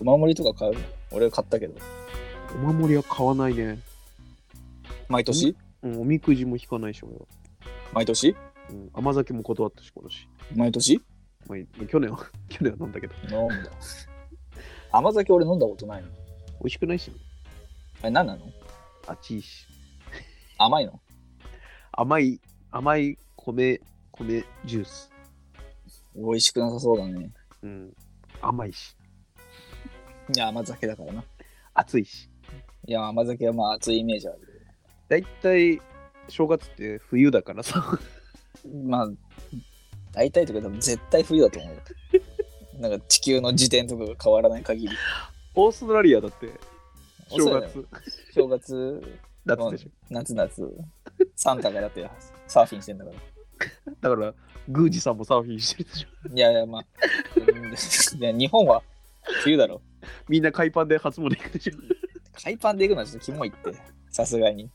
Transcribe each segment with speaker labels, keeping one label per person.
Speaker 1: お守りとか買う俺買ったけど。
Speaker 2: お守りは買わないね。
Speaker 1: 毎年
Speaker 2: うん、おみくじも引かないし、俺は。
Speaker 1: 毎年
Speaker 2: うん、甘酒も断ったし、今年。
Speaker 1: 毎年
Speaker 2: まあいい、去年は 、去年は飲んだけど。
Speaker 1: 飲ん だ。甘酒俺飲んだことないの。
Speaker 2: 美味しくないし、
Speaker 1: あれ何なの
Speaker 2: 熱いし。
Speaker 1: 甘いの
Speaker 2: 甘い、甘い米、米ジュース。
Speaker 1: 美味しくなさそうだね。
Speaker 2: うん。甘いし、
Speaker 1: いや、甘酒だからな。
Speaker 2: 熱いし。
Speaker 1: いや、甘酒はまあ熱いイメージある。
Speaker 2: だいたい正月って冬だからさ。
Speaker 1: まあ、大体というか多分絶対冬だと思 う。なんか地球の時点とかが変わらない限り。
Speaker 2: オーストラリアだって正
Speaker 1: そうだよ
Speaker 2: 月
Speaker 1: 正月、
Speaker 2: だったでしょ。
Speaker 1: 夏夏、サンタがだってサーフィンしてんだから。
Speaker 2: だから、宮司さんもサーフィンしてるでしょ。
Speaker 1: いやいや、ま あ、うんいや日本は冬だろ。
Speaker 2: みんな海パンで初詣行くでしょ。
Speaker 1: 海パンで行くのはちょっとキモいって、さすがに。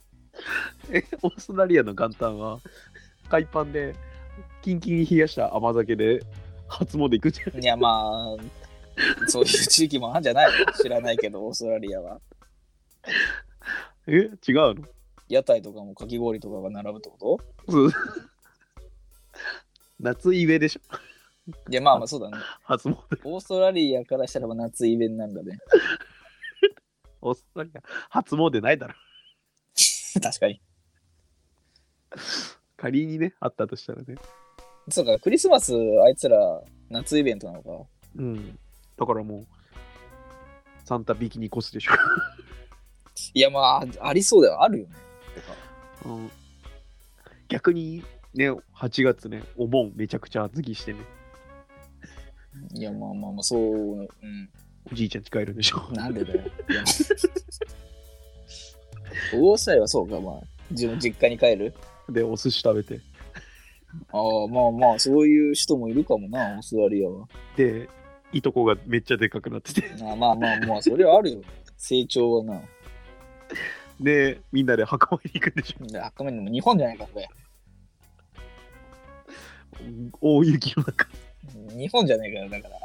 Speaker 2: えオーストラリアの元旦は海パンでキンキンに冷やした甘酒で初詣行くじゃん。
Speaker 1: いや、まあ、そういう地域もあるんじゃないの知らないけど、オーストラリアは。
Speaker 2: え違うの
Speaker 1: 屋台とかもかき氷とかが並ぶってこ
Speaker 2: そう夏イベでしょ
Speaker 1: といや、まあまあ、そうだね。
Speaker 2: 初詣。
Speaker 1: オーストラリアからしたらば夏イベントなんだね。
Speaker 2: オーストラリア初詣ないだろ。
Speaker 1: 確かに。
Speaker 2: 仮にね、あったとしたらね。
Speaker 1: そうか、クリスマス、あいつら夏イベントなのか。
Speaker 2: うん。だからもう、サンタビキニコスでしょ。
Speaker 1: いや、まあ、あありそうだよ。あるよね。てか
Speaker 2: うん、逆にね、8月ね、お盆めちゃくちゃ厚着してね、
Speaker 1: いや、まあまあまあ、そう、うん。
Speaker 2: おじいちゃん近いるでしょ。
Speaker 1: なんでだよ。いやオーストラリアはそうか、まあ、自分実家に帰る。
Speaker 2: で、お寿司食べて。
Speaker 1: ああ、まあまあ、そういう人もいるかもな、オーストラリアは。
Speaker 2: で、いとこがめっちゃでかくなってて。
Speaker 1: ああまあまあまあ、それはあるよ。 成長はな。
Speaker 2: で、みんなで墓参り行くんでしょ。
Speaker 1: あっかめんのも日本じゃないか、これ。
Speaker 2: 大雪の中。
Speaker 1: 日本じゃないから、だから。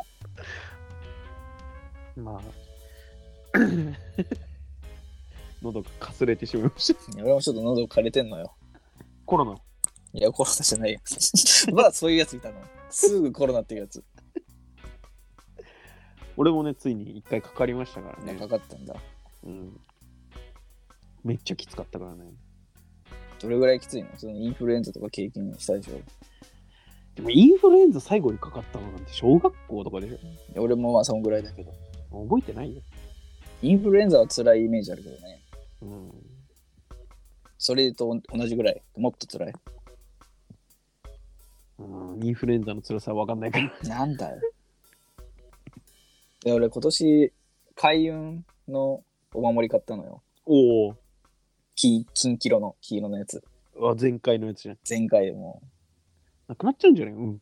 Speaker 2: まあ。 喉がかすれてしまいました。
Speaker 1: いや俺もちょっと喉枯れてんのよ。
Speaker 2: コロナ。
Speaker 1: いや、コロナじゃないよ。 まだそういうやついたの。すぐコロナっていうやつ。
Speaker 2: 俺もね、ついに一回かかりましたから
Speaker 1: なんか
Speaker 2: ね。
Speaker 1: かかったんだ。
Speaker 2: うん、めっちゃきつかったからね。
Speaker 1: どれぐらいきついのそのインフルエンザとか経験したでしょい
Speaker 2: でもインフルエンザ最後にかかったのなんて小学校とかでし
Speaker 1: や俺もまあそんぐらいだけど。
Speaker 2: ょ覚えてないよ。
Speaker 1: インフルエンザは辛いイメージあるけどね。
Speaker 2: うん、
Speaker 1: それと同じぐらい。もっと辛い。
Speaker 2: うん、インフルエンザの辛さは分かんないから。
Speaker 1: なんだよ。で俺今年、開運のお守り買ったのよ。
Speaker 2: おお
Speaker 1: 金金キロの黄色のやつ。
Speaker 2: うわ、前回のやつじゃん。
Speaker 1: 前回も。
Speaker 2: なくなっちゃうんじゃないうん。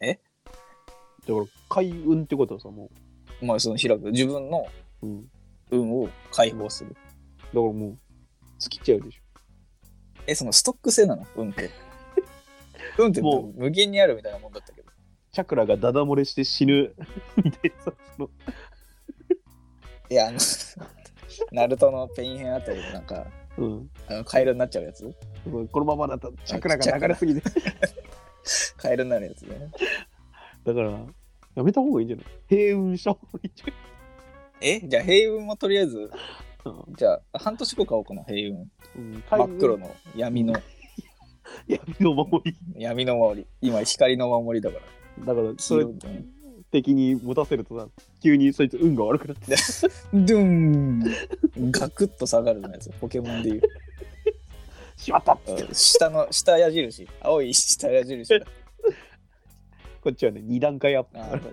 Speaker 1: え
Speaker 2: だから、開運ってことはさ、も
Speaker 1: まあその開く。自分の
Speaker 2: う。うん。だか
Speaker 1: 運を解放する。
Speaker 2: らもう、尽きちゃうでし
Speaker 1: え、そのストック性なの運 って。運って
Speaker 2: も
Speaker 1: 無限にあるみたいなもんだったけど。
Speaker 2: ょ。チャクラがダダ漏れして死ぬみたいなさ、その、
Speaker 1: いや、あの、 ナルトのペイン編あたりのなんか、
Speaker 2: うん。
Speaker 1: あのカエルになっちゃうやつ
Speaker 2: そうこのままだとチャクラが流れすぎて。
Speaker 1: カエルになるやつね。
Speaker 2: だから、やめた方がいいんじゃない平運した方がいいんじゃない
Speaker 1: えじゃあ、平運もとりあえ ず、じゃあ、半年後買おうかな、平運。
Speaker 2: うん、開
Speaker 1: 真
Speaker 2: 運
Speaker 1: っ黒。の闇の、
Speaker 2: 闇の守り。
Speaker 1: 闇の守り。今、光の守りだから。
Speaker 2: だから、それ
Speaker 1: 黄色いね
Speaker 2: 的に持たせるとさ、急にそいつ運が悪くなって。
Speaker 1: ドゥーンガクッと下がるのやつ、ポケモンでいう。
Speaker 2: しまったっつって
Speaker 1: うん下の、下矢印。青い下矢 印。
Speaker 2: こっちはね、2段階アップ
Speaker 1: あ。あ、ト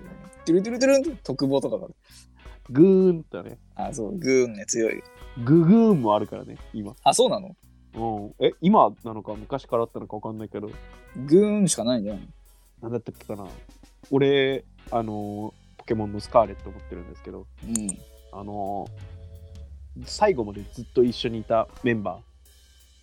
Speaker 1: ゥルトゥルトゥルンって特防とかが
Speaker 2: グーンとね、
Speaker 1: ああ、そう、グーンね、強い。
Speaker 2: ググーンもあるからね、今。
Speaker 1: あ、そうなの
Speaker 2: うん、え、今なのか昔からあったのか分かんないけど、
Speaker 1: グーンしかないんじゃないの
Speaker 2: なんだったっけかな。俺、あのー、ポケモンのスカーレット持ってるんですけど、
Speaker 1: うん。
Speaker 2: あのー、最後までずっと一緒にいたメンバー、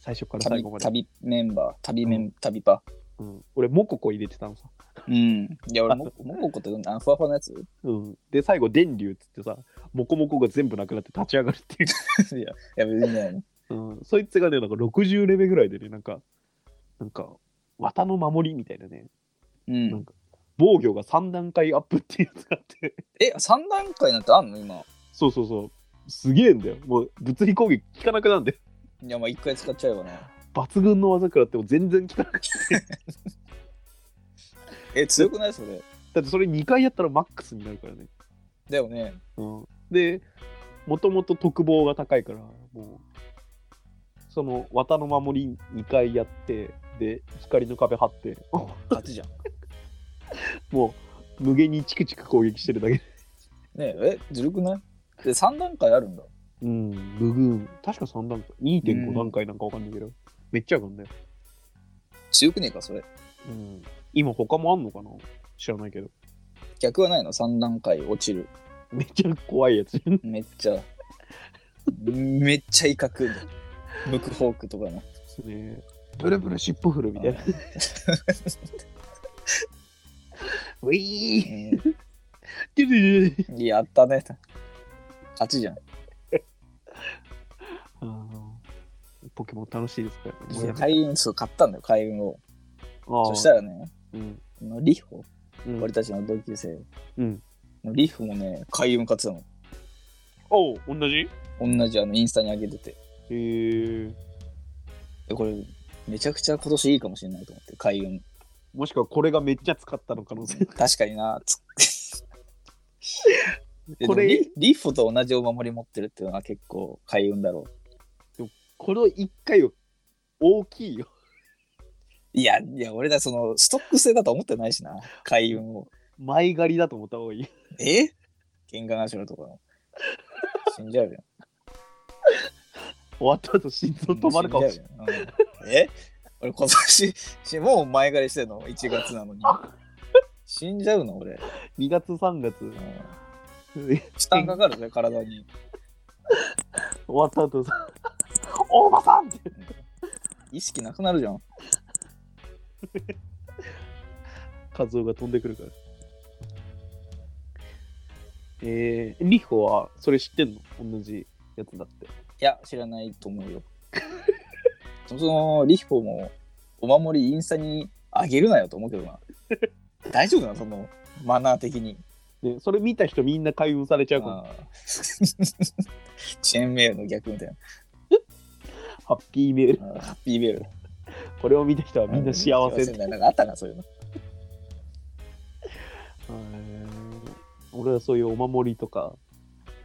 Speaker 2: 最初から最
Speaker 1: 旅
Speaker 2: 後まで。
Speaker 1: 旅メンバー、旅メン、旅パ。
Speaker 2: うん、俺、モココ入れてたのさ。
Speaker 1: うん。いや、俺も、モココってあのふわふわのやつ
Speaker 2: うん、で最後電流っつってさモコモコが全部なくなって立ち上がるっていう、
Speaker 1: いや、いや別にね、
Speaker 2: うん、 そいつがねなんか60レベルぐらいでねなんかなんか綿の守りみたいなね
Speaker 1: う
Speaker 2: なん
Speaker 1: ん。
Speaker 2: か防御が3段階アップっていうやつがあって
Speaker 1: え、三段階なんてあんの今。
Speaker 2: そうそうそうすげえんだよもう物理攻撃効かなくなるんだよ
Speaker 1: いや、まあ一回使っちゃえばね。
Speaker 2: 抜群の技食らっても全然効かなくて
Speaker 1: え、強くないそれ。
Speaker 2: だってそれ2回やったらマックスになるからね、
Speaker 1: だよね。
Speaker 2: うん、でもともと特防が高いからもうその綿の守り2回やってで光の壁張って
Speaker 1: 勝ちじゃん。
Speaker 2: もう無限にチクチク攻撃してるだけ。
Speaker 1: ねえ、えずるくないで、三段階あるんだ。
Speaker 2: うん、無群。確か3段階、2.5段階なんかわかんないけど、めっちゃ上がんだよ。
Speaker 1: 強くねえか、それ。
Speaker 2: うん。今他もあんのかな知らないけど。
Speaker 1: 逆はないの三段階落ちる。
Speaker 2: めっちゃ怖いやつ。
Speaker 1: めっちゃ、めっちゃ威嚇。ムクホークとかの。
Speaker 2: ねブルブル尻尾振るみた いな。ウィー
Speaker 1: う
Speaker 2: ドゥドゥドゥ
Speaker 1: んやったね。勝ちじゃん。
Speaker 2: あのポケモン楽しいですからね。もうやめ
Speaker 1: 海運、そう、買ったんだよ、海運を。
Speaker 2: ああ
Speaker 1: そしたらね、
Speaker 2: うん。
Speaker 1: あのリホ、
Speaker 2: うん
Speaker 1: 俺たちの同級生
Speaker 2: うん。
Speaker 1: のリホもね、海運買ってたの。
Speaker 2: おう、同じ
Speaker 1: 同じあのインスタに上げてて。
Speaker 2: へー
Speaker 1: でこれ、めちゃくちゃ今年いいかもしれないと思って、海運。
Speaker 2: もしくはこれがめっちゃ使ったの可能性。
Speaker 1: 確かにな。つえ
Speaker 2: これ
Speaker 1: でもリリッフと同じお守り持ってるっていうのは結構開運だろう。
Speaker 2: この1回は大きいよ。
Speaker 1: いや、いや、俺らそのストック性だと思ってないしな、開運を。
Speaker 2: 前借りだと思った方がいい。
Speaker 1: え喧嘩頭とかの。死んじゃうよ。
Speaker 2: 終わった後心臓 止まるかもしれ
Speaker 1: れない。うんえ俺今年、しもう前借りしてんの ?1 月なのに。死んじゃうの俺。
Speaker 2: ない。2月3月。
Speaker 1: うん
Speaker 2: 終
Speaker 1: 負担かかるぜ、体に。
Speaker 2: わった後さ、大場さんって。
Speaker 1: 意識なくなるじゃん。
Speaker 2: カズオが飛んでくるから。えー、リホはそれ知ってんの同じやつだって。
Speaker 1: いや、知らないと思うよ。 そもそも、リヒコも、お守りインスタにあげるなよと思うけど な。大丈夫なのその、マナー的に。
Speaker 2: ね、それ見た人みんな開運されちゃうから。
Speaker 1: あ ーチェーンメールの逆みたい
Speaker 2: ハッピーメール。
Speaker 1: な。あーハッピーメール。
Speaker 2: これを見た人はみんな幸せって。
Speaker 1: だなんかあったな、そういうの。
Speaker 2: へー俺はそういうお守りとか、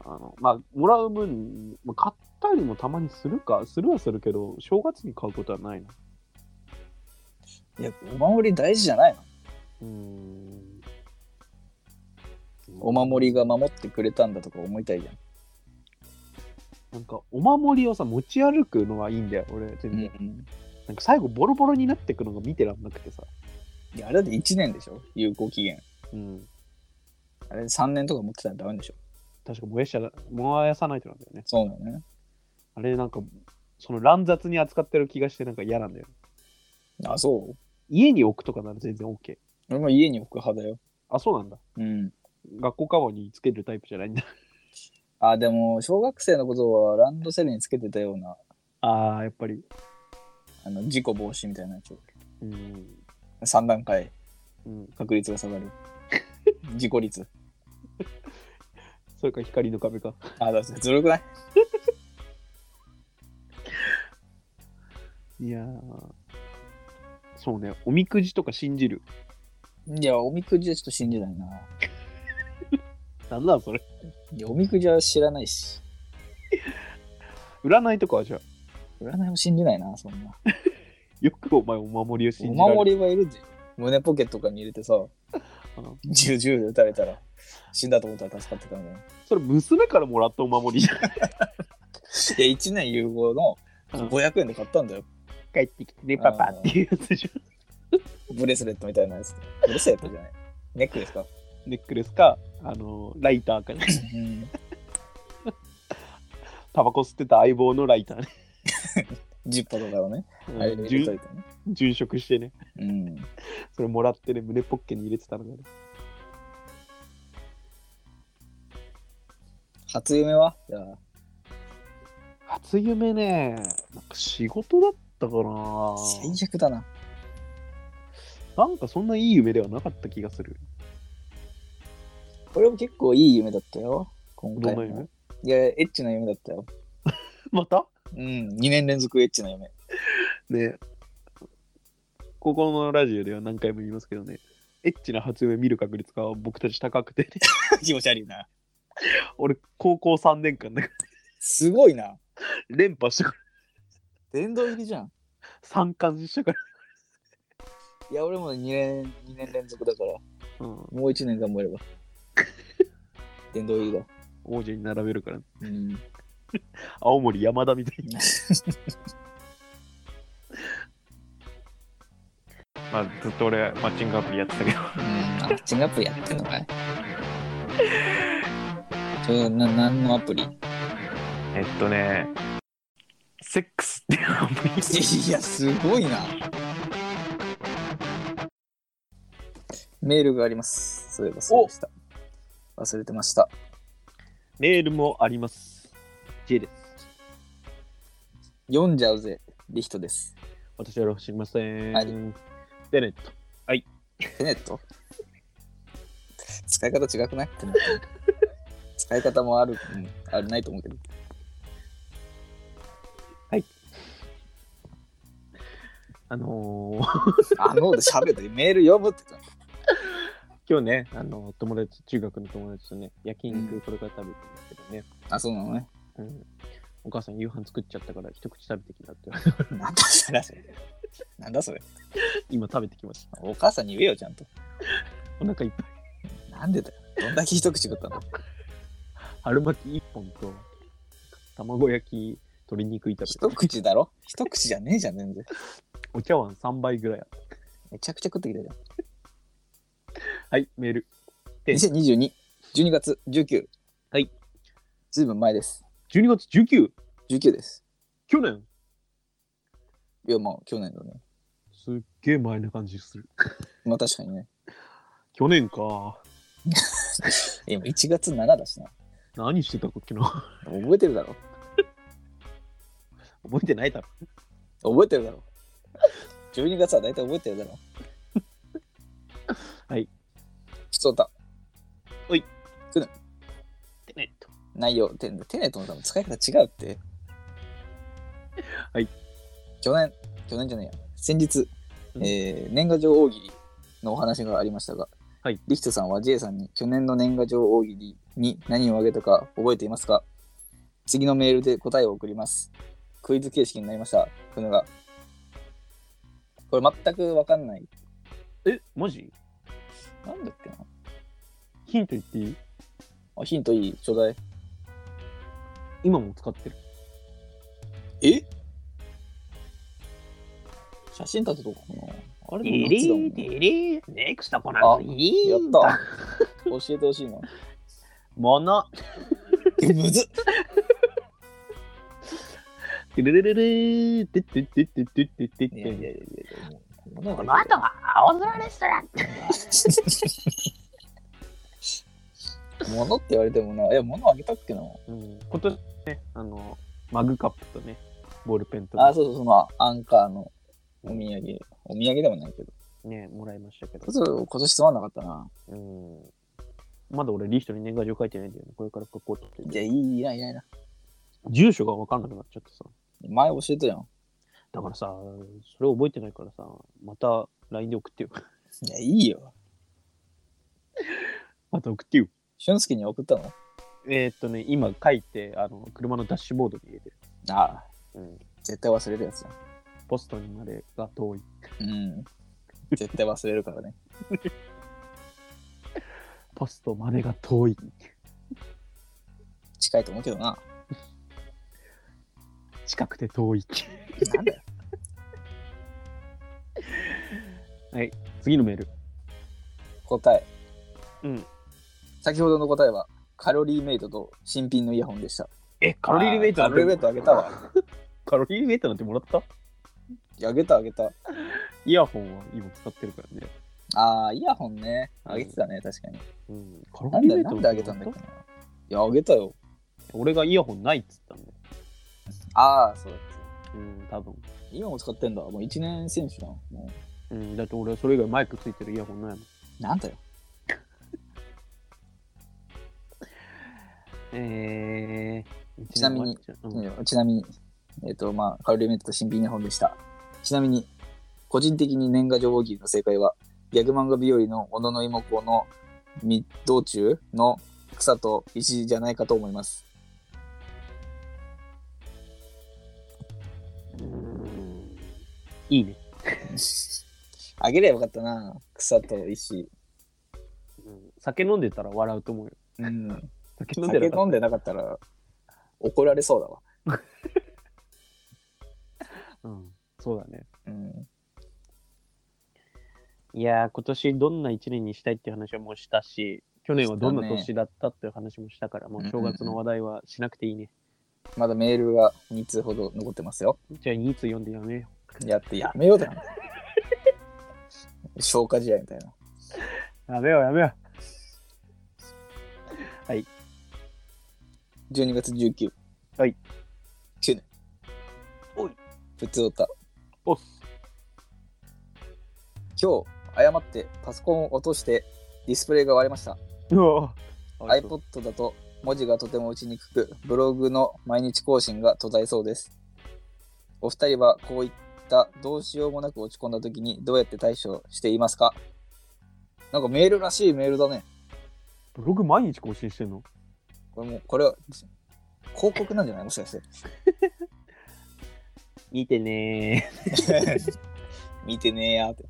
Speaker 2: あのまあ、もらう分、まあ買ったりもたまにするか、するはするけど、正月に買うことはないな。
Speaker 1: いや、お守り大事じゃないの
Speaker 2: うーん。
Speaker 1: お守りが守ってくれたんだとか思いたいじゃん。
Speaker 2: なんか、お守りをさ、持ち歩くのはいいんだよ、俺、全然。
Speaker 1: うん
Speaker 2: なんか最後、ボロボロになってくのが見てらんなくてさ。
Speaker 1: いや、あれだって1年でしょ有効期限。
Speaker 2: うん。
Speaker 1: あれ3年とか持ってたらダメでしょ
Speaker 2: 確か燃やしちゃな、燃やさないとなんだよね。
Speaker 1: そうだよね。
Speaker 2: あれ、なんか、その乱雑に扱ってる気がして、なんか嫌なんだよ。
Speaker 1: あ、そう
Speaker 2: 家に置くとかなら全然 OK。
Speaker 1: 俺も家に置く派だよ。
Speaker 2: あ、そうなんだ。
Speaker 1: うん。
Speaker 2: 学校カバーにつけるタイプじゃないんだ。
Speaker 1: あ、でも、小学生のことはランドセルにつけてたような、
Speaker 2: ああ、やっぱり。
Speaker 1: あの、事故防止みたいなやつ。
Speaker 2: うん。
Speaker 1: 3段階、
Speaker 2: うん。
Speaker 1: 確率が下が る。事故率。
Speaker 2: それか光の壁か。
Speaker 1: あ、だってずるくない
Speaker 2: いやーそうね、おみくじとか信じる。
Speaker 1: いや、おみくじはちょっと信じないな。
Speaker 2: なんだそれ。
Speaker 1: いや、おみくじは知らないし、
Speaker 2: 占いとかはじゃあ、
Speaker 1: 占いも信じないな、そんな。
Speaker 2: よくお前お守りを信
Speaker 1: お
Speaker 2: じられる。
Speaker 1: 守りはいるぜ。胸ポケットとかに入れてさ、
Speaker 2: うん
Speaker 1: 銃銃で撃たれたら、死んだと思ったら助かってたんだよ。
Speaker 2: それ娘からもらったお守りじゃん。
Speaker 1: いや、1年融合の
Speaker 2: うん
Speaker 1: 500円で買ったんだよ。
Speaker 2: 帰ってきてね、パパっていうやつじゃ
Speaker 1: ブレスレットみたいなやつ。ブレスレットじゃない。ネックレスか。
Speaker 2: ん。ネックレスか、あのーライターかね。
Speaker 1: うん
Speaker 2: タバコ吸ってた相棒のライターね。
Speaker 1: 10個とかをね、
Speaker 2: うん
Speaker 1: あれに入れといてね。
Speaker 2: 殉職してね、
Speaker 1: うん。
Speaker 2: それもらってね、胸ポッケに入れてたのがね。
Speaker 1: 初夢はじゃあ、
Speaker 2: 初夢ね、なんか仕事だったかな。
Speaker 1: 最悪だな。
Speaker 2: なんかそんないい夢ではなかった気がする。
Speaker 1: 俺も結構いい夢だったよ。今
Speaker 2: ど
Speaker 1: 回
Speaker 2: ん
Speaker 1: も
Speaker 2: な夢
Speaker 1: いや、エッチな夢だったよ。
Speaker 2: また
Speaker 1: うん、2年連続エッチな夢。
Speaker 2: ねここのラジオでは何回も言いますけどね、エッチな初夢見る確率が僕たち高くて、 ね、
Speaker 1: 気持ち悪いな。
Speaker 2: 俺高校3年間だから
Speaker 1: すごいな。
Speaker 2: 連覇したから、
Speaker 1: 殿堂入りじゃん。
Speaker 2: 3冠したから。
Speaker 1: いや、俺も2年、二年連続だから、
Speaker 2: うん、
Speaker 1: もう1年頑張れ ば。殿堂入りだ。
Speaker 2: 王者に並べるから、
Speaker 1: うん。
Speaker 2: 青森山田みたいに。 まあ、ずっと俺、マッチングアプリやってたけど。
Speaker 1: マッチングアプリやってんの かいそれな何のアプリい
Speaker 2: えっとね、セックスっていうアプリ。
Speaker 1: や、すごいな。メールがあります。そういえばそうでした。忘れてました。
Speaker 2: メールもあります。J です。
Speaker 1: 読んじゃうぜ、リヒトです。
Speaker 2: 私は知りません。
Speaker 1: はい
Speaker 2: テネット。
Speaker 1: テネット使い方違くないテネット使い方もある、うんあるないと思うけど。
Speaker 2: あのー
Speaker 1: あので喋って、メール読むってか。
Speaker 2: 今日ね、あの友達、中学の友達とね、焼肉これから食べてますけどね、
Speaker 1: あ、そうなのね。
Speaker 2: うんお母さん夕飯作っちゃったから一口食べてきなって言 われて、
Speaker 1: なんだそれ。なんだそれ。
Speaker 2: 今食べてきました。
Speaker 1: お母さんに言えよ、ちゃんと。
Speaker 2: お腹いっぱい。
Speaker 1: なんでだよ。どんだけ一口食ったの
Speaker 2: 春巻き1本と、卵焼き、鶏肉炒め
Speaker 1: 一口だろ一口じゃねえじゃん、全然。
Speaker 2: お茶碗3杯ぐらいある。
Speaker 1: めちゃくちゃ食ってきたじゃん。
Speaker 2: はい、メール。
Speaker 1: 2022、12月19。
Speaker 2: はい。
Speaker 1: ずいぶん前です。
Speaker 2: 12月 19!
Speaker 1: 19です。
Speaker 2: 去年
Speaker 1: いや、まあ、去年だね。
Speaker 2: すっげえ前な感じする。
Speaker 1: まあ、確かにね。
Speaker 2: 去年か。
Speaker 1: 今、1月7だしな。
Speaker 2: 何してたっけな
Speaker 1: 覚えてるだろ
Speaker 2: 覚えてないだろ。
Speaker 1: 覚えてるだろ ?12 月は大体覚えてるだろ
Speaker 2: はい。
Speaker 1: 普通歌。
Speaker 2: おい。
Speaker 1: テネ
Speaker 2: テネット。
Speaker 1: 内容、テネテネットの多分使い方違うって。
Speaker 2: はい。
Speaker 1: 去年、去年じゃねえや。先日、
Speaker 2: うん
Speaker 1: えー年賀状大喜利のお話がありましたが、
Speaker 2: はい、
Speaker 1: リヒトさんは J さんに去年の年賀状大喜利に何をあげたか覚えていますか次のメールで答えを送ります。クイズ形式になりました。ふぬが。これ全くわかんない。
Speaker 2: え、マジ
Speaker 1: なんだっけな
Speaker 2: ヒント言っていい
Speaker 1: あヒントいい、ちょうだい。
Speaker 2: 今も使ってる。
Speaker 1: え写真立てとこかなあれでも夏だもんね
Speaker 2: リー、ネクストコナ
Speaker 1: ン
Speaker 2: い
Speaker 1: やった。教えてほしいな。
Speaker 2: もの。
Speaker 1: えむずっ
Speaker 2: てれれれれーてってってってってってってっ
Speaker 1: いやいやいや
Speaker 2: て。
Speaker 1: いやもうこんなの
Speaker 3: は青空レストラン
Speaker 1: 物って言われてもな、いや、物あげたっけな。
Speaker 2: うん今年ね、あの、マグカップとね、ボールペンと
Speaker 1: あ、そうそう、そのアンカーのお土産。お土産でもないけど。
Speaker 2: ね、もらいましたけど。
Speaker 1: そう今年つまんなかったな。
Speaker 2: うん。まだ俺、リストに年賀状書いてないんだよね。これから書こうと思っ
Speaker 1: い
Speaker 2: て。
Speaker 1: や、いい、いらんいらんいらん。
Speaker 2: 住所が分かんなくなっちゃってさ。
Speaker 1: 前教えたやん。
Speaker 2: だからさ、それ覚えてないからさ、また LINE で送ってよ。
Speaker 1: いや、いいよ。
Speaker 2: また送ってよ。
Speaker 1: 俊介に送ったの
Speaker 2: えー、っとね、今書いて、あの、車のダッシュボードに入れてる。
Speaker 1: ああ、
Speaker 2: うん。
Speaker 1: 絶対忘れるやつだ。
Speaker 2: ポストにまでが遠い。
Speaker 1: うん。絶対忘れるからね。
Speaker 2: ポストまでが遠い。
Speaker 1: 近いと思うけどな。
Speaker 2: 近くて遠い。
Speaker 1: なんだよ。
Speaker 2: 次のメール。
Speaker 1: 答え。
Speaker 2: うん。
Speaker 1: 先ほどの答えは、カロリーメイトと新品のイヤホンでした。
Speaker 2: え、カロリーメイト
Speaker 1: あカロリーメイトあげたわ。
Speaker 2: カロリーメイトなんてもらった
Speaker 1: いやあげたあげた。
Speaker 2: イヤホンは今使ってるからね。
Speaker 1: ああ、イヤホンね。あげてたね、確かに。
Speaker 2: うん。カロ
Speaker 1: なん
Speaker 2: リーメ
Speaker 1: で
Speaker 2: イト
Speaker 1: なんであげたんだっけな。いや、あげたよ。
Speaker 2: 俺がイヤホンないっつったんだよ。
Speaker 1: ああ、そうだっ
Speaker 2: うん、多分。
Speaker 1: け。今も使ってんだ。もう1年選手だ。も
Speaker 2: うん、だって俺はそれ以外マイクついてるイヤホンないもん。
Speaker 1: うなんだよ。
Speaker 2: えー、
Speaker 1: ちなみに
Speaker 2: うん、
Speaker 1: うんちなみに、えっ、と、まあ、カロリーメイトと新品イヤホンでした。ちなみに、個人的に年賀状大喜利の正解は、ギャグ漫画日和の小野の妹子の密道中の草と石じゃないかと思います。
Speaker 2: うんいいね。
Speaker 1: あげればよかったな、草と石。
Speaker 2: うん酒飲んでたら笑うと思うよ。
Speaker 1: うん、
Speaker 2: 酒飲んで
Speaker 1: 酒
Speaker 2: なかっ
Speaker 1: 飲んでなかったら怒られそうだわ。
Speaker 2: たうん、そうだね。
Speaker 1: うん、
Speaker 2: いやー、今年どんな一年にしたいっていう話はもうしたし、去年はどんな年だったっていう話もしたから、もう正月の話題はしなくていいね。
Speaker 1: まだメールが2通ほど残ってますよ。
Speaker 2: じゃあ、いつ読んでやめよ
Speaker 1: やってやめようだな。消化試合みたいな。
Speaker 2: う。やめよう、やめよ
Speaker 1: 12月19。
Speaker 2: はい。
Speaker 1: 9年。
Speaker 2: おい。
Speaker 1: 普通歌。
Speaker 2: おっ
Speaker 1: 今日、誤ってパソコンを落としてディスプレイが割れました。
Speaker 2: う。うわ
Speaker 1: iPod だと文字がとても打ちにくく、ブログの毎日更新が途絶えそうです。お二人はこういったどうしようもなく落ち込んだ時にどうやって対処していますかなんかメールらしいメールだね。
Speaker 2: ブログ毎日更新してんの
Speaker 1: これもう、これは広告なんじゃないもしかして。
Speaker 2: 見てね
Speaker 1: 見てねえやーって。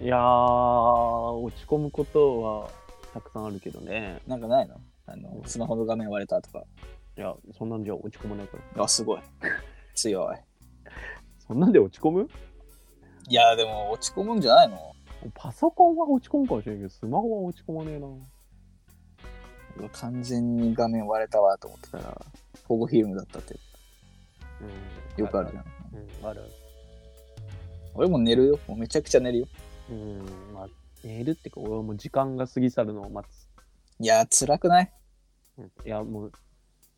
Speaker 2: ー。いやー、落ち込むことはたくさんあるけどね。
Speaker 1: なんかないのあのスマホの画面割れたとか。
Speaker 2: いや、そんなんじゃ落ち込まないから。
Speaker 1: あ、すごい。強い。
Speaker 2: そんなんで落ち込む
Speaker 1: いや、でも落ち込むんじゃないの
Speaker 2: パソコンは落ち込むかもしれないけど、スマホは落ち込まねえな。
Speaker 1: 完全に画面割れたわと思ってたら、保護フィルムだったって
Speaker 2: うん
Speaker 1: よくあるじゃん。
Speaker 2: うん、あるある。
Speaker 1: 俺も寝るよ。もうめちゃくちゃ寝るよ。
Speaker 2: うん、まあ、寝るってか、俺はもう時間が過ぎ去るのを待つ。
Speaker 1: いやー、辛くない
Speaker 2: うんいや、もう、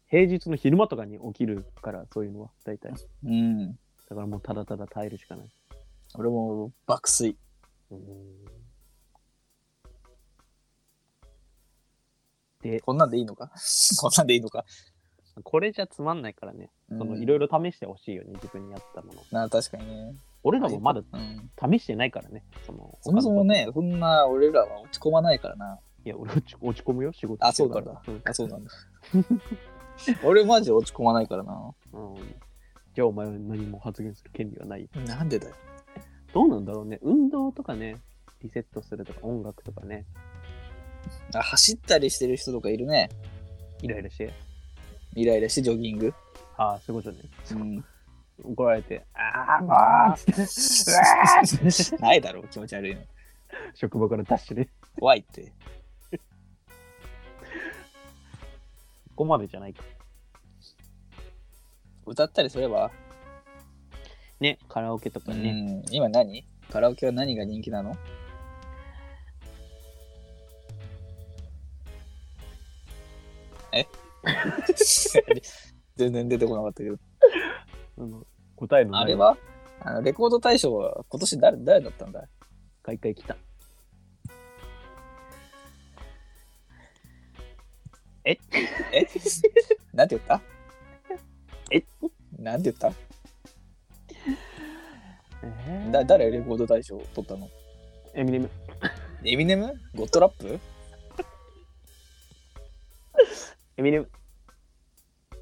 Speaker 2: 平日の昼間とかに起きるから、そういうのは、大体。
Speaker 1: うん。
Speaker 2: だからもう、ただただ耐えるしかない。
Speaker 1: 俺も爆睡。
Speaker 2: うん、
Speaker 1: こんなんでいいのか こんなんでいいのか
Speaker 2: これじゃつまんないからね、
Speaker 1: う
Speaker 2: その
Speaker 1: ん
Speaker 2: いろいろ試してほしいよね、自分に合ったもの。
Speaker 1: なあ、確かにね。
Speaker 2: 俺らもまだ
Speaker 1: うん
Speaker 2: 試してないからね、その、
Speaker 1: そもそもね、そんな俺らは落ち込まないからな。
Speaker 2: 他のこと。いや、俺落ち落ち込むよ、仕事
Speaker 1: あ
Speaker 2: してるから。
Speaker 1: そうあ、そうなん だ。俺マジで落ち込まないからな。
Speaker 2: うんうんじゃあお前は何も発言する権利はない。
Speaker 1: なんでだよ。
Speaker 2: どうなんだろうね。運動とかね、リセットするとか、音楽とかね、
Speaker 1: あ走ったりしてる人とかいるね。
Speaker 2: イライラして、
Speaker 1: イライラしてジョギング。
Speaker 2: ああ、そういうことね。
Speaker 1: うん。
Speaker 2: 怒られて、ああ、も
Speaker 1: あ
Speaker 2: うわ
Speaker 1: ーないだろう、気持ち悪いの。
Speaker 2: 職場からダッシュで。
Speaker 1: 怖いって。
Speaker 2: ここまでじゃないか。
Speaker 1: 歌ったりすれば、
Speaker 2: ね、カラオケとかね。
Speaker 1: うん今何カラオケは何が人気なのえ 全然出てこなかったけど。
Speaker 2: あの答えのない
Speaker 1: あれはあのレコード大賞は今年誰誰だったんだ
Speaker 2: 一回来た。え
Speaker 1: え なんて言った
Speaker 2: え
Speaker 1: なんて言った
Speaker 2: え
Speaker 1: だ誰レコード大賞取ったの
Speaker 2: エミネム。
Speaker 1: エミネムゴットラップ
Speaker 2: エミネム。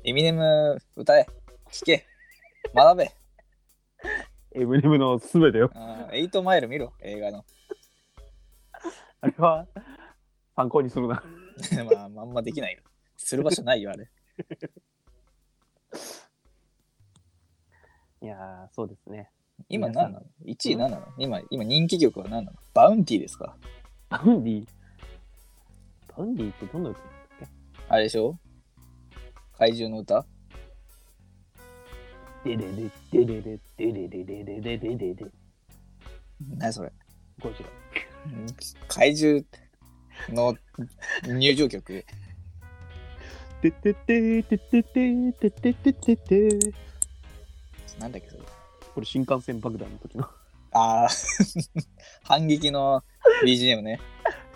Speaker 1: エミネム歌え聴け学べ
Speaker 2: エミネムのすべてよ。
Speaker 1: あーエイトマイル見ろ映画の
Speaker 2: あれは参考にするな。
Speaker 1: まあまんまできないよする場所ないよあれ
Speaker 2: いやー、そうですね。
Speaker 1: 今
Speaker 2: 皆さ
Speaker 1: 何
Speaker 2: ん
Speaker 1: なの ?1 位何なの今今人気曲は何なのバウンティーですか
Speaker 2: バウンディ。バウンディってどんな歌だっ
Speaker 1: あれでしょ怪獣の歌
Speaker 2: けデレレデレレデレレレレレレレレ
Speaker 1: 何それ
Speaker 2: ゴジラ
Speaker 1: 怪獣の入場曲
Speaker 2: ててててててててててて
Speaker 1: なんだっけそれ
Speaker 2: これ新幹線爆弾の時の
Speaker 1: ああ 反撃の BGM ね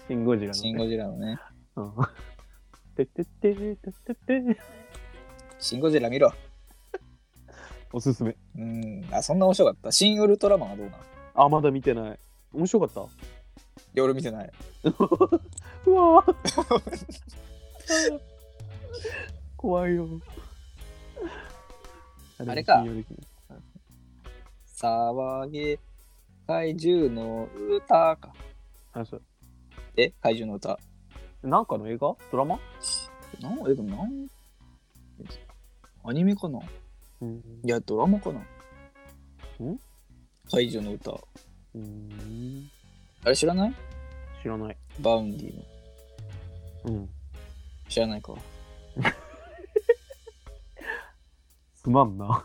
Speaker 2: シン・ゴジラ
Speaker 1: シン・ゴジラのね
Speaker 2: のてててててて
Speaker 1: シン・ゴジラ見ろ
Speaker 2: おすすめ
Speaker 1: うんあそんな面白かったシン・ウルトラマンはどうなの
Speaker 2: あまだ見てない面白かった
Speaker 1: 夜見てないう
Speaker 2: わ怖いよ
Speaker 1: あれか騒げ怪獣の歌か
Speaker 2: あそう
Speaker 1: え怪獣の歌
Speaker 2: なんかの映画ドラマ、
Speaker 1: なんえでもなんアニメかないやドラマかなん怪獣の歌
Speaker 2: うん
Speaker 1: あれ知らない
Speaker 2: 知らない、
Speaker 1: バウンディの
Speaker 2: うん、
Speaker 1: 知らないか
Speaker 2: すまんな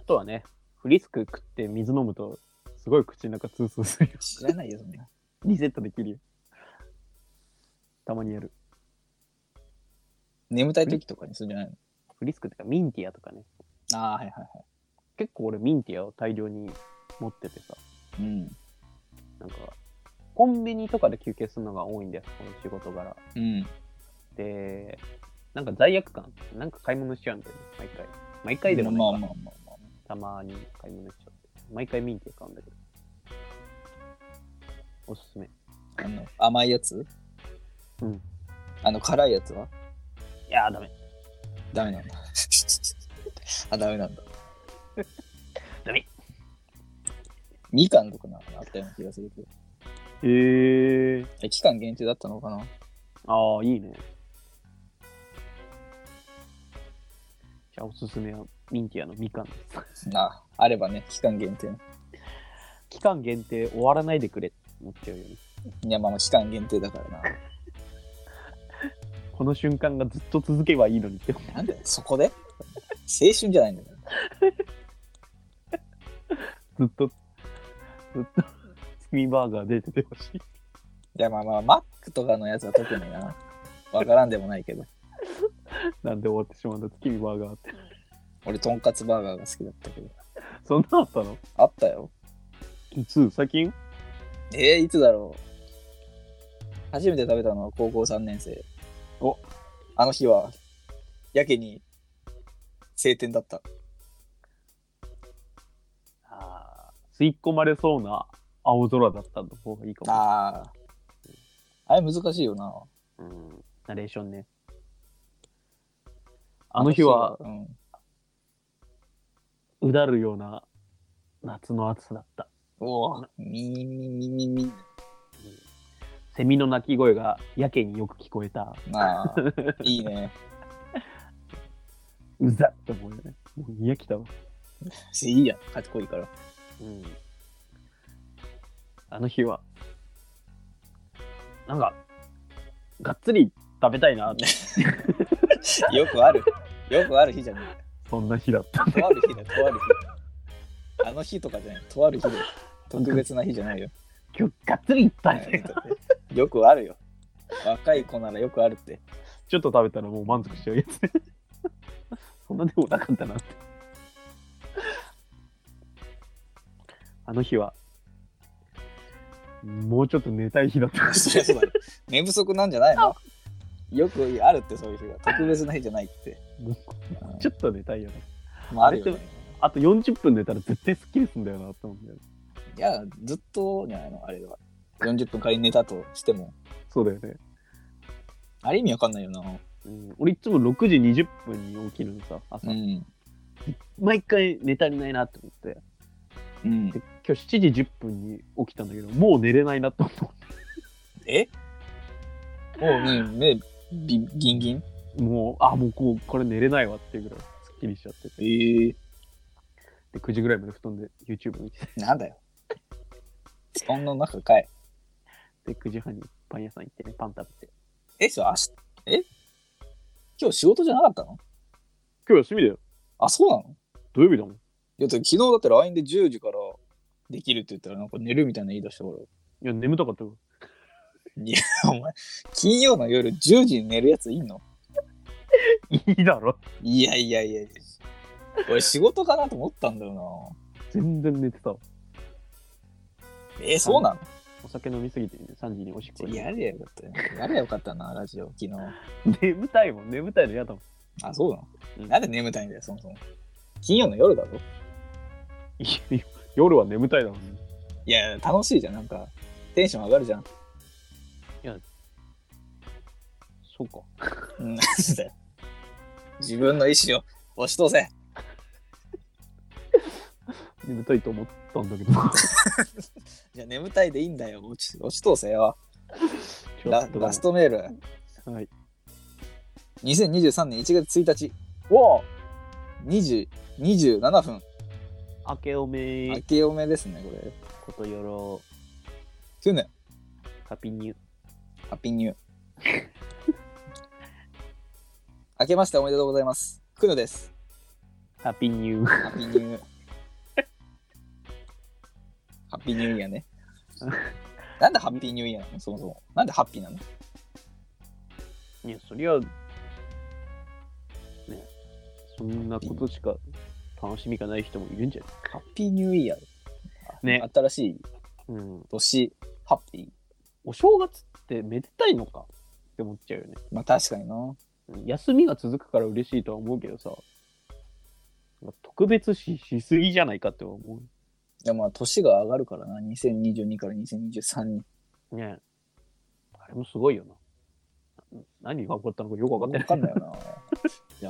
Speaker 2: あとはねフリスク食って水飲むとすごい口の中ツースーするよ
Speaker 1: 知らないよそんな
Speaker 2: リセットできるよたまにやる
Speaker 1: 眠たい時とかにするんじゃないの
Speaker 2: フリスクとかミンティアとかね
Speaker 1: ああーはいはい
Speaker 2: 結構俺ミンティアを大量に持っててさ
Speaker 1: はいうん
Speaker 2: なんかコンビニとかで休憩するのが多いんだよこの仕事柄
Speaker 1: うん
Speaker 2: でなんか罪悪感なんか買い物しちゃうんだよね毎回毎回でもない
Speaker 1: ま
Speaker 2: か
Speaker 1: あまあまあまあ
Speaker 2: たまに買い物しちゃって毎回ミンティア買うんだけどおすすめい
Speaker 1: あの甘いやつ
Speaker 2: うん
Speaker 1: あの辛いやつは
Speaker 2: やーダメ
Speaker 1: ダメなんだ あダメなんだ
Speaker 2: ダメ
Speaker 1: みかんとかなんかあったような気がするけど
Speaker 2: へえ
Speaker 1: え期間限定だったのかな
Speaker 2: ああいいねじゃあおすすめはミンティアのみかんです
Speaker 1: ああればね期間限定の
Speaker 2: 期間限定終わらないでくれって思っちゃうよね
Speaker 1: いやまあまあ期間限定だから
Speaker 2: この瞬間がずっと続けばいいのにって思う
Speaker 1: ななんでそこで青春じゃないんだから
Speaker 2: ずっと、ずっと、月見バーガー出ててほしい。
Speaker 1: いやまあまあマックとかのやつは特になわからんでもないけど
Speaker 2: なんで終わってしまうんだ、月見バーガーって。
Speaker 1: 俺とんかつバーガーが好きだったけど
Speaker 2: そんなあったの
Speaker 1: あったよ
Speaker 2: いつ最近
Speaker 1: えー、いつだろう初めて食べたのは高校3年生。
Speaker 2: お
Speaker 1: あの日は、やけに晴天だった。
Speaker 2: ああ、吸い込まれそうな青空だったの方がいいかも。
Speaker 1: ああ。あれ難しいよな。
Speaker 2: うん、ナレーションね。あの日は、
Speaker 1: うん、
Speaker 2: うだるような夏の暑さだった。
Speaker 1: おお、みーみーみーみーみー
Speaker 2: セミの鳴き声がやけによく聞こえた。
Speaker 1: な あ、いいね。
Speaker 2: うざって思うよね。もう嫌来たわ。
Speaker 1: いいやん、かっこいいから。
Speaker 2: うんあの日は、なんか、がっつり食べたいなって、
Speaker 1: よくある。よくある日じゃね
Speaker 2: そんな日だった。
Speaker 1: え。とある日だよ、とある日。あの日とかじゃない。とある日で。特別な日じゃない よ。
Speaker 2: 今日 がっつりいっぱい、
Speaker 1: よくあるよ。若い子ならよくあるって。
Speaker 2: ちょっと食べたらもう満足しちゃうやつ。 そんなでもなかったなって。あの日は、もうちょっと寝たい日だった。
Speaker 1: そりゃそうだろ 寝不足なんじゃないのよくあるってそういう日が特別な日じゃないって、
Speaker 2: もうちょっと寝たいよね。
Speaker 1: まあ、あるよ
Speaker 2: あれ
Speaker 1: ね
Speaker 2: あと40分寝たら絶対スッキリすんだよなって思うんだよね。
Speaker 1: いやずっとじゃないのあれは40分仮に寝たとしても
Speaker 2: そうだよね。
Speaker 1: あれ意味わかんないよな
Speaker 2: うん、俺いつも6時20分に起きるのさ朝、
Speaker 1: うん
Speaker 2: 毎回寝足りないなと思って
Speaker 1: うん
Speaker 2: で今日7時10分に起きたんだけどもう寝れないなと思っ
Speaker 1: えもう、うん、目ビギンギン
Speaker 2: てもうあもうこうこれ寝れないわっていうぐらいすっきりしちゃってて
Speaker 1: ええ
Speaker 2: で9時ぐらいまで布団で YouTube 見て
Speaker 1: なんだよ布団の中かい
Speaker 2: で9時半にパン屋さん行ってねパン食べて
Speaker 1: えそれ明日え今日仕事じゃなかったの
Speaker 2: 今日休みだよ。
Speaker 1: あ、そうなの
Speaker 2: 土曜日だもん。い
Speaker 1: いや、だって昨日だったら LINE で10時からできるって言ったら、なんか寝るみたいな言い出したから。
Speaker 2: や、眠たかったよ。
Speaker 1: お前、金曜の夜10時に寝るやついんの
Speaker 2: いいだろ。
Speaker 1: いやいやいやいや。俺仕事かなと思ったんだよ
Speaker 2: 全然寝てたわ。
Speaker 1: な。えーそうな
Speaker 2: お酒飲みすぎてね、3時におしっこ
Speaker 1: の。やれよかったよ。やれよかったな、ラジオ、昨日。
Speaker 2: 眠たいもん、眠たいの嫌だもん。
Speaker 1: あ、そうなの
Speaker 2: うん
Speaker 1: なんで眠たいんだよ、そもそも。金曜の夜だぞ。
Speaker 2: いや夜は眠たいだもん。い
Speaker 1: いや、楽しいじゃん。なんか、テンション上がるじゃん。
Speaker 2: や、そうか。
Speaker 1: うんなんだよ自分の意思を押し通せ。
Speaker 2: 眠たいと思ったんだけど。
Speaker 1: じゃあ眠たいでいいんだよ。押し押し通せよ。
Speaker 2: ちょ
Speaker 1: ラ
Speaker 2: っと
Speaker 1: ラストメール。
Speaker 2: はい。
Speaker 1: 2023年1月1日、
Speaker 2: おお
Speaker 1: 2時27分。
Speaker 2: 明けおめ
Speaker 1: 明
Speaker 2: ー
Speaker 1: けおめですね、これ。
Speaker 2: ことよろ
Speaker 1: 去年、
Speaker 2: カピニュ
Speaker 1: ハッピーニュー。 明けましておめでとうございます。くぬです。
Speaker 2: ハピニュー
Speaker 1: ハッピーニュー。ハッピーニューイヤーね。なんでハッピーニューイヤーなのそもそも。なんでハッピーなの
Speaker 2: いやそりゃねそんなことしか楽しみがない人もいるんじゃ
Speaker 1: ハッピーニューイヤー。
Speaker 2: ないね、
Speaker 1: 新しい
Speaker 2: うん、
Speaker 1: 年、ハッピー。
Speaker 2: お正月ってめでたいのかって思っちゃうよね
Speaker 1: まあ確かにな。
Speaker 2: うん休みが続くから嬉しいとは思うけどさなんか特別視しすぎじゃないかって思
Speaker 1: いやまあ年が上がるからな。2022から2023に。
Speaker 2: うねあれもすごいよな何が起こったのかよく分かっ
Speaker 1: わ
Speaker 2: てない
Speaker 1: かんないよな。い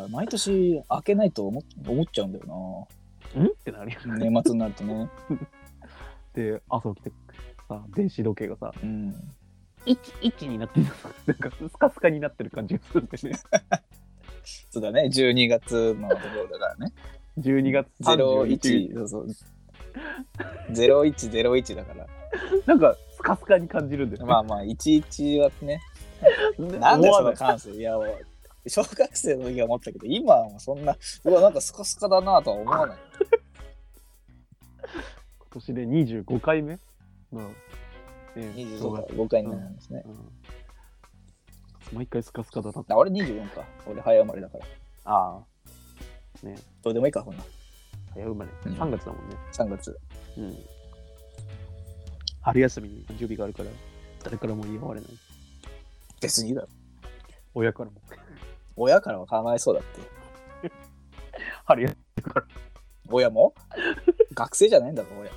Speaker 1: や、毎年明けないと思っ思っちゃうんだよ
Speaker 2: うんってなるよ
Speaker 1: な。
Speaker 2: ね
Speaker 1: 年末になるとね。
Speaker 2: で朝起きてさ電子時計がさ
Speaker 1: うん。
Speaker 2: 11になってるなんかスカスカになってる感じがするんでね
Speaker 1: そうだね。12月のところだからね。
Speaker 2: 12月31
Speaker 1: 01。そうそう。0101だから。
Speaker 2: なんかスカスカに感じるんだよね、
Speaker 1: まあまあ、11はね。
Speaker 2: ね
Speaker 1: なんで
Speaker 2: 思
Speaker 1: そ
Speaker 2: わ
Speaker 1: の感性いや、もう小学生の時は思ったけど、今はもうそんな、うわ、なんかスカスカだなとは思わない。
Speaker 2: 今年で25回目の、ね、そうだ
Speaker 1: 25回、5回になるんですね。
Speaker 2: うん毎回スカスカだな
Speaker 1: あ俺24か。俺早生まれだから。
Speaker 2: ああ
Speaker 1: どうでもいいか、ほんな。
Speaker 2: 早生まれ
Speaker 1: うん
Speaker 2: 3月だもんね、
Speaker 1: 3月。
Speaker 2: うん、春休みに誕生日があるから誰からも祝われない
Speaker 1: 別にいいだろ。
Speaker 2: 親からも
Speaker 1: 親からは考えそうだって。
Speaker 2: 春休
Speaker 1: 親も学生じゃないんだろ、親。
Speaker 2: み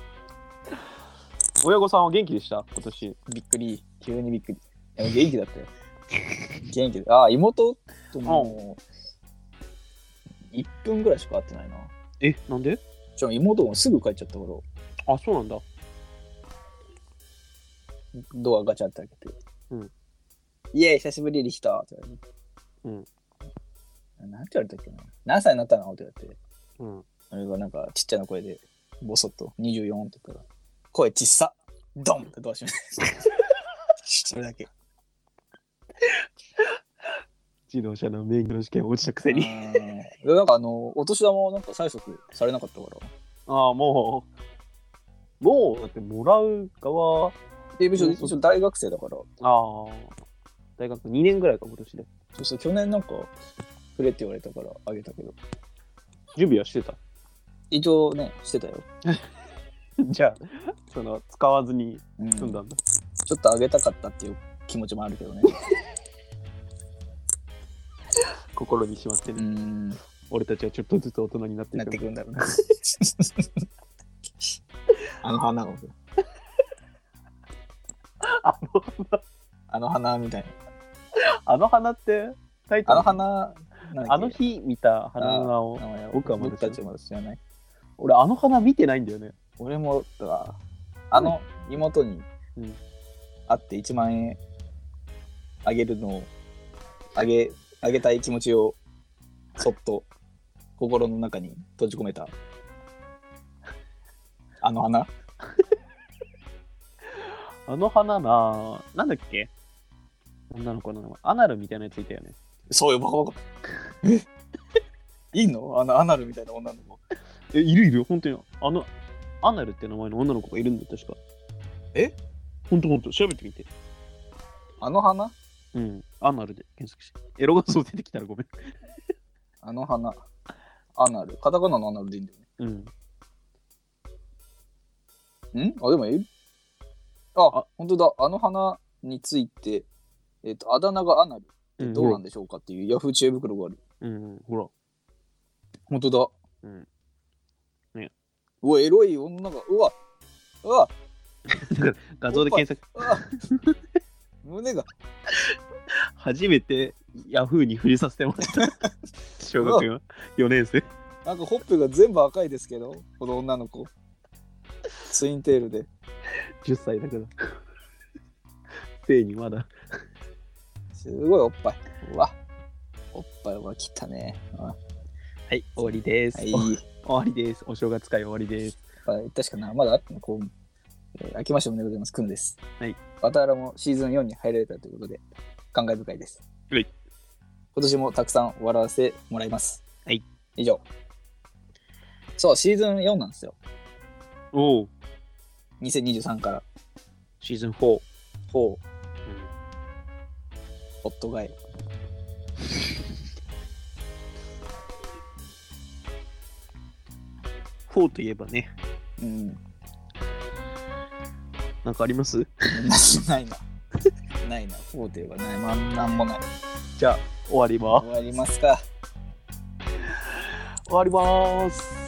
Speaker 2: 親御さんは元気でした今年
Speaker 1: びっくり。急にびっくり。でも元気だったよ。元気だ。ああ、妹ともう、1分ぐらいしか会ってないな。
Speaker 2: えなんで
Speaker 1: ちょ、妹もすぐ帰っちゃったから、
Speaker 2: あそうなんだ
Speaker 1: ドアガチャって開けて。
Speaker 2: うん
Speaker 1: イエーイ、久しぶりに来たって言われて。うん。なんて言われたっけな。何歳になったのって言われて。
Speaker 2: うん
Speaker 1: 俺がなんかちっちゃな声で、ボソッと24って言ったら、声ちっさドンってドア閉めて。 それだけ。
Speaker 2: 自動車の免許の試験落ちたくせに。
Speaker 1: うんなんかあの、お年玉をなんか催促されなかったから。
Speaker 2: ああ、もう、もう、だってもらう側、あ
Speaker 1: で、一応一応大学生だから、
Speaker 2: あ、大学2年ぐらいか、今年で。
Speaker 1: そうそう去年なんか、くれって言われたからあげたけど。
Speaker 2: 準備はしてた。
Speaker 1: 一応ね、してたよ。
Speaker 2: じゃあ、その、使わずに
Speaker 1: うん
Speaker 2: 済んだんだ。
Speaker 1: ちょっとあげたかったっていう気持ちもあるけ どね。
Speaker 2: 心にしまって
Speaker 1: う
Speaker 2: ね。
Speaker 1: ん。
Speaker 2: 俺たちはちょっとずつ大人になってい
Speaker 1: なっ
Speaker 2: く
Speaker 1: てくるんだろうな。 あの花が。
Speaker 2: あの、
Speaker 1: あの花みたいな。
Speaker 2: あの花って、タイト
Speaker 1: あの
Speaker 2: ル
Speaker 1: 花、なんだっけ
Speaker 2: あの日見た花の名を
Speaker 1: 名。前を
Speaker 2: 僕はまだ
Speaker 1: 僕たちはまだ知らない。
Speaker 2: 俺、あの花見てないんだよね。
Speaker 1: 俺も、だからあの妹に
Speaker 2: うん
Speaker 1: 会って1万円あげるのを、あげ、あげたい気持ちを、そっと心の中に閉じ込めた。あの花
Speaker 2: あの花な、なんだっけ女の子の名前、アナルみたいなやついたよね。
Speaker 1: そうよ、バカバカ。いいのあの、アナルみたいな女の子。
Speaker 2: え、いるいる、本当に。あの、アナルって名前の女の子がいるんだよ、確か。
Speaker 1: え
Speaker 2: ほんとほんと、調べてみて。
Speaker 1: あの花
Speaker 2: うん、アナルで検索して。エロ画像出てきたらごめん。
Speaker 1: あの花。アナル。カタカナのアナルでいいんだよ
Speaker 2: うん。
Speaker 1: ね。んあ、でもいいあ
Speaker 2: あ、
Speaker 1: 本当だ。あの花について、えっ、と、あだ名がアナルってどうなん
Speaker 2: だ
Speaker 1: でしょうかっていうヤフー知恵袋がある。
Speaker 2: うん、ほら。
Speaker 1: 本当だ。
Speaker 2: うん。ね
Speaker 1: うわ、エロい女が、うわ、うわ、
Speaker 2: 画像で検
Speaker 1: う
Speaker 2: 索。
Speaker 1: わ胸が、
Speaker 2: 初めてヤフーに振りさせてもら った。小学校4年生。
Speaker 1: なんかほっぺが全部赤いですけど、この女の子。ツインテールで。
Speaker 2: 10歳だけど。生にまだ。
Speaker 1: すごいおっぱい。うわ、おっぱいは切ったね。は
Speaker 2: はい、終わりです。
Speaker 1: い。
Speaker 2: お
Speaker 1: はい
Speaker 2: 終わりです。お正月会終わりです。
Speaker 1: はい確かな、まだあったの、こう、えー、明けましておめでとうございます、くんです。
Speaker 2: はい。
Speaker 1: わたあらもシーズン4に入られたということで、感慨深いです。
Speaker 2: はい。
Speaker 1: 今年もたくさん笑わせてもらいます。
Speaker 2: はい。
Speaker 1: 以上。そう、シーズン4なんですよ。
Speaker 2: おお、
Speaker 1: 2023から。
Speaker 2: シーズン4。
Speaker 1: ほう、
Speaker 2: うん
Speaker 1: ホットガイ。
Speaker 2: 4といえばね、
Speaker 1: うん。
Speaker 2: なんかあります
Speaker 1: ないな。ないな。フォーといえばない。まあ、なんもない。
Speaker 2: じゃあ、終わりま
Speaker 1: 終わりますか。
Speaker 2: 終わります。